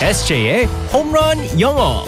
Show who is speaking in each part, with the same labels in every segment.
Speaker 1: SJ의 홈런 영어.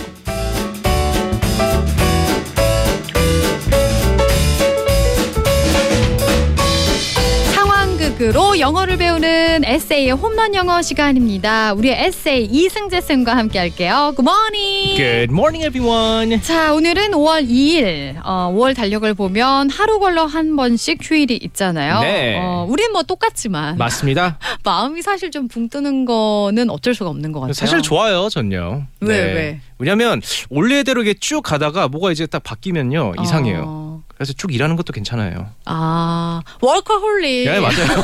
Speaker 2: 상황극으로 영어를 배우는 에세이의 홈런 영어 시간입니다. 우리의 에세이 이승재 쌤과 함께 할게요. 굿모닝.
Speaker 1: Good morning, everyone.
Speaker 2: 자, 오늘은 5월 2일. 어, 5월 달력을 보면 하루 걸러 한 번씩 휴일이 있잖아요.
Speaker 1: 네.
Speaker 2: 어, 우린 뭐 똑같지만
Speaker 1: 맞습니다.
Speaker 2: 마음이 사실 좀 붕 뜨는 거는 어쩔 수가 없는 것 같아요.
Speaker 1: 사실 좋아요, 전요. 네.
Speaker 2: 왜, 왜?
Speaker 1: 왜냐면 원래대로 이게 쭉 가다가 뭐가 이제 딱 바뀌면요 이상해요.
Speaker 2: 어,
Speaker 1: 그래서 쭉 일하는 것도 괜찮아요.
Speaker 2: 아, 워커홀릭.
Speaker 1: 네, 맞아요.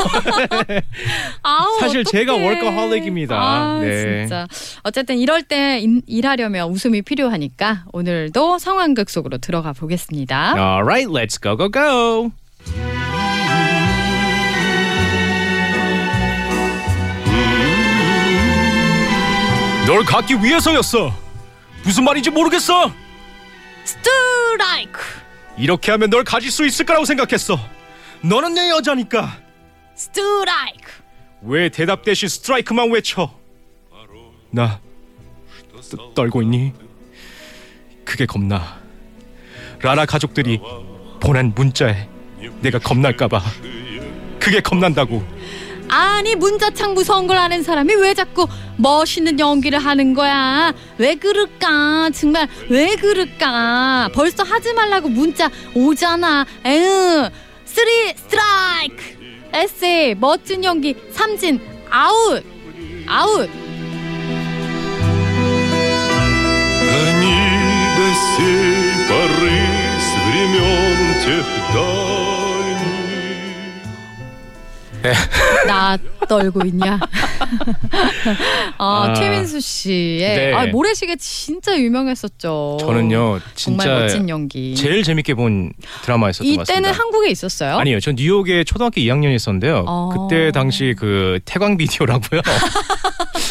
Speaker 2: 아우,
Speaker 1: 사실
Speaker 2: 어떡해.
Speaker 1: 제가 워커홀릭입니다.
Speaker 2: 아,
Speaker 1: 네.
Speaker 2: 진짜. 어쨌든 이럴 때 인- 일하려면 웃음이 필요하니까 오늘도 상황극 속으로 들어가 보겠습니다.
Speaker 1: Alright, let's go go go. 널 갖기 위해서였어. 무슨 말인지 모르겠어.
Speaker 2: 스트라이크.
Speaker 1: 이렇게 하면 널 가질 수 있을 거라고 생각했어. 너는 내 여자니까.
Speaker 2: 스트라이크.
Speaker 1: 왜 대답 대신 스트라이크만 외쳐? 나 떠- 떨고 있니? 그게 겁나. 라라 가족들이 보낸 문자에 내가 겁날까봐. 그게 겁난다고.
Speaker 2: 아니 문자창 무서운 걸 아는 사람이 왜 자꾸 멋있는 연기를 하는 거야 왜 그럴까 정말 왜 그럴까 벌써 하지 말라고 문자 오잖아 에휴 쓰리 스트라이크 에세이 멋진 연기 삼진 아웃 아웃
Speaker 3: Они до сей поры с времен тех дальних.
Speaker 2: 나 떨고 있냐 아,
Speaker 1: 아,
Speaker 2: 최민수 씨의
Speaker 1: 네.
Speaker 2: 아, 모래시계 진짜 유명했었죠
Speaker 1: 저는요
Speaker 2: 정말
Speaker 1: 진짜
Speaker 2: 멋진 연기
Speaker 1: 제일 재밌게 본 드라마였었던 것 같습니다.
Speaker 2: 이때는 한국에 있었어요?
Speaker 1: 아니요, 전 뉴욕에 초등학교 2학년이 있었는데요.
Speaker 2: 어.
Speaker 1: 그때 당시 그 태광 비디오라고요.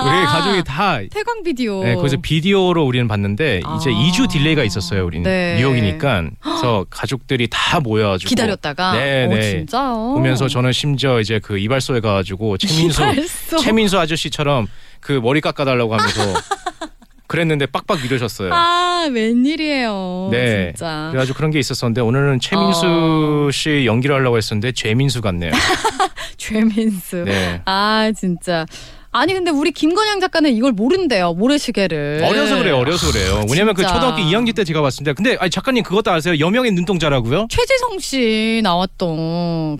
Speaker 1: 우리
Speaker 2: 아.
Speaker 1: 가족이 다
Speaker 2: 태광 비디오.
Speaker 1: 네, 거기서 비디오로 우리는 봤는데 이제
Speaker 2: 아.
Speaker 1: 2주 딜레이가 있었어요. 우리는
Speaker 2: 네.
Speaker 1: 뉴욕이니까 그래서 가족들이 다 모여가지고
Speaker 2: 기다렸다가
Speaker 1: 네,
Speaker 2: 오,
Speaker 1: 네.
Speaker 2: 진짜요. 어.
Speaker 1: 보면서 저는 심지어 이제 그 이발소에 가가지고 최민수
Speaker 2: 이발소.
Speaker 1: 최민수 아저씨처럼 그 머리 깎아달라고 하면서 그랬는데 빡빡 밀으셨어요.
Speaker 2: 아 웬일이에요.
Speaker 1: 네.
Speaker 2: 진짜.
Speaker 1: 그래가지고 그런 게 있었었는데 오늘은 최민수
Speaker 2: 어.
Speaker 1: 씨 연기를 하려고 했었는데 죄민수 같네요.
Speaker 2: 최민수.
Speaker 1: 그 네.
Speaker 2: 아 진짜. 아니 근데 우리 김건영 작가는 이걸 모른대요 모래시계를.
Speaker 1: 어려서 그래요, 어려서 그래요. 왜냐면 그
Speaker 2: 네. 아, 진짜.
Speaker 1: 초등학교 2학년 때 제가 봤습니다. 근데 아니, 작가님 그것도 아세요? 여명의 눈동자라고요?
Speaker 2: 최지성 씨 나왔던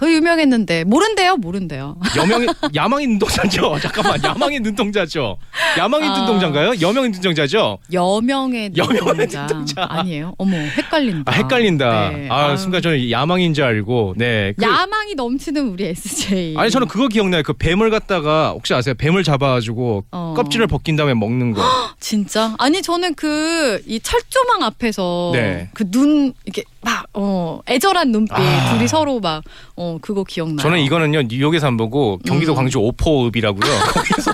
Speaker 2: 크, 유명했는데 모른대요 모른대요.
Speaker 1: 여명의 야망의 눈동자죠. 잠깐만 야망의 눈동자죠. 야망의
Speaker 2: 아.
Speaker 1: 눈동자인가요? 여명의 눈동자죠.
Speaker 2: 여명의
Speaker 1: 여명의
Speaker 2: 눈동자.
Speaker 1: 눈동자.
Speaker 2: 아니에요. 어머 헷갈린다.
Speaker 1: 아, 헷갈린다.
Speaker 2: 네.
Speaker 1: 아
Speaker 2: 아유.
Speaker 1: 순간 저는 야망인 줄 알고 네. 그,
Speaker 2: 야망이 넘치는 우리 SJ.
Speaker 1: 아니 저는 그거 기억나요. 그 뱀을 갖다가 혹시 아세요? 뱀을 잡아가지고
Speaker 2: 어.
Speaker 1: 껍질을 벗긴 다음에 먹는 거.
Speaker 2: 진짜? 아니 저는 그 이 철조망 앞에서
Speaker 1: 네.
Speaker 2: 그 눈 이렇게 막 어 애절한 눈빛
Speaker 1: 아.
Speaker 2: 둘이 서로 막 어 그거 기억나요?
Speaker 1: 저는 이거는요 뉴욕에서 안 보고
Speaker 2: 음.
Speaker 1: 경기도 광주 오포읍이라고요. 거기서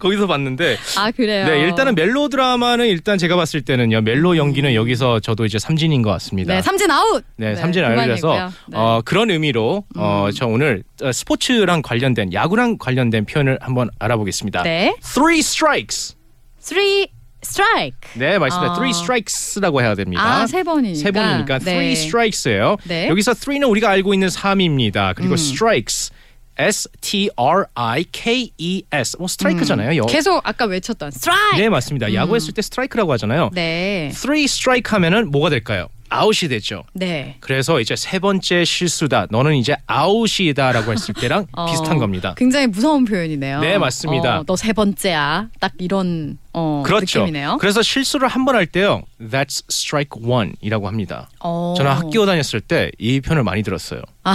Speaker 1: 거기서 봤는데
Speaker 2: 아 그래요.
Speaker 1: 네 일단은 멜로 드라마는 일단 제가 봤을 때는요 멜로 연기는 여기서 저도 이제 삼진인 것 같습니다.
Speaker 2: 네 삼진 아웃.
Speaker 1: 네, 삼진 알려서
Speaker 2: 그만이고요. 네.
Speaker 1: 어, 그런 의미로 어,
Speaker 2: 음.
Speaker 1: 저 오늘 어, 스포츠랑 관련된 야구랑 관련된 표현을 한번 알아보겠습니다.
Speaker 2: 네
Speaker 1: Three strikes.
Speaker 2: three strike.
Speaker 1: 네, 맞습니다.
Speaker 2: 아.
Speaker 1: Three strikes라고 해야 됩니다.
Speaker 2: 아세 번이니까.
Speaker 1: 세 번이니까
Speaker 2: 네.
Speaker 1: three strikes예요.
Speaker 2: 네.
Speaker 1: 여기서 three는 우리가 알고 있는 3입니다. 그리고
Speaker 2: 음.
Speaker 1: strikes, s t r i k e s.
Speaker 2: 음.
Speaker 1: 뭐 스트라이크잖아요. 여-
Speaker 2: 계속 아까 외쳤던 strike.
Speaker 1: 네, 맞습니다. 야구했을 때 스트라이크라고 하잖아요.
Speaker 2: 네.
Speaker 1: Three strike 하면은 뭐가 될까요? 아웃이 되죠.
Speaker 2: 네.
Speaker 1: 그래서 이제 세 번째 실수다. 너는 이제 아웃이다라고 했을 때랑
Speaker 2: 어,
Speaker 1: 비슷한 겁니다.
Speaker 2: 굉장히 무서운 표현이네요. 어,
Speaker 1: 네, 맞습니다.
Speaker 2: 너 세 번째야. 딱 이런 어,
Speaker 1: 그렇죠.
Speaker 2: 느낌이네요.
Speaker 1: 그래서 실수를 한 번 할 때요. That's strike one이라고 합니다.
Speaker 2: 어. 아.
Speaker 1: 저는 학교 다녔을 때 이 표현을 많이 들었어요.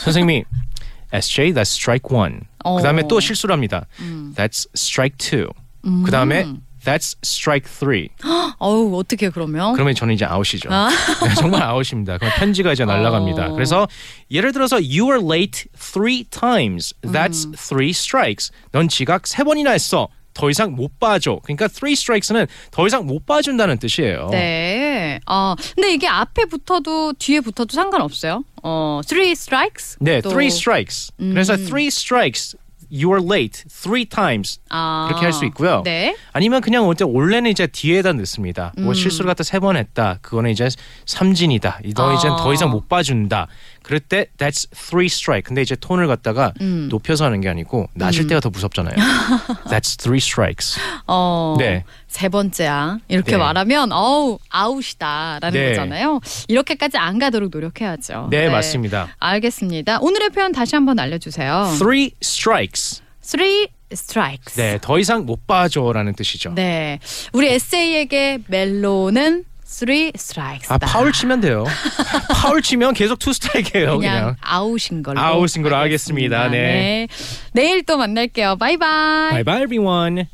Speaker 1: 선생님이 SJ that's strike one.
Speaker 2: 어. 음.
Speaker 1: 그다음에 또 실수를 합니다. That's strike two. 그다음에 that's strike three.
Speaker 2: 어우 어떻게 그러면?
Speaker 1: 그러면 저는 이제 아웃이죠. 네, 정말 아웃입니다. 그럼 편지가 이제 날아갑니다.
Speaker 2: 어.
Speaker 1: 그래서 예를 들어서 you are late three times. That's
Speaker 2: 음.
Speaker 1: three strikes. 넌 지각 세 번이나 했어. 더 이상 못 봐줘. 그러니까 three strikes는 더 이상 못 봐준다는 뜻이에요.
Speaker 2: 네. 어, 근데 이게 앞에 붙어도 뒤에 붙어도 상관없어요. 어, three strikes.
Speaker 1: 네,
Speaker 2: 또 음.
Speaker 1: three strikes. 그래서 three strikes you're late three times
Speaker 2: 아.
Speaker 1: 그렇게 할 수 있고요.
Speaker 2: 네. 음.
Speaker 1: 아니면 그냥 어때 원래는 이제 뒤에다 넣습니다. 뭐 실수를 갖다 세 번 했다. 그거는 이제 삼진이다. 너
Speaker 2: 아.
Speaker 1: 이제 더 이상 못 봐준다. 그럴 때 that's three strike. 근데 이제 톤을 갖다가
Speaker 2: 음.
Speaker 1: 높여서 하는 게 아니고 낮을 때가 더 무섭잖아요. that's three strikes.
Speaker 2: 어.
Speaker 1: 네.
Speaker 2: 세 번째야. 이렇게
Speaker 1: 네.
Speaker 2: 말하면 어우, 아웃이다라는
Speaker 1: 네.
Speaker 2: 거잖아요. 이렇게까지 안 가도록 노력해야죠.
Speaker 1: 네, 맞습니다.
Speaker 2: 알겠습니다. 오늘의 표현 다시 한번 알려 주세요.
Speaker 1: three strikes.
Speaker 2: Three strikes.
Speaker 1: 네, 더 이상 못 봐줘라는 뜻이죠.
Speaker 2: 네. 우리 에세이에게 멜로는 three strikes다.
Speaker 1: 아 파울 치면 돼요. 파울 치면 계속 투 스트라이크예요.
Speaker 2: 그냥,
Speaker 1: 그냥.
Speaker 2: 아웃인 걸로.
Speaker 1: 아웃인 걸로 하겠습니다. 네.
Speaker 2: 네. 내일 또 만날게요. 바이바이.
Speaker 1: Bye bye everyone.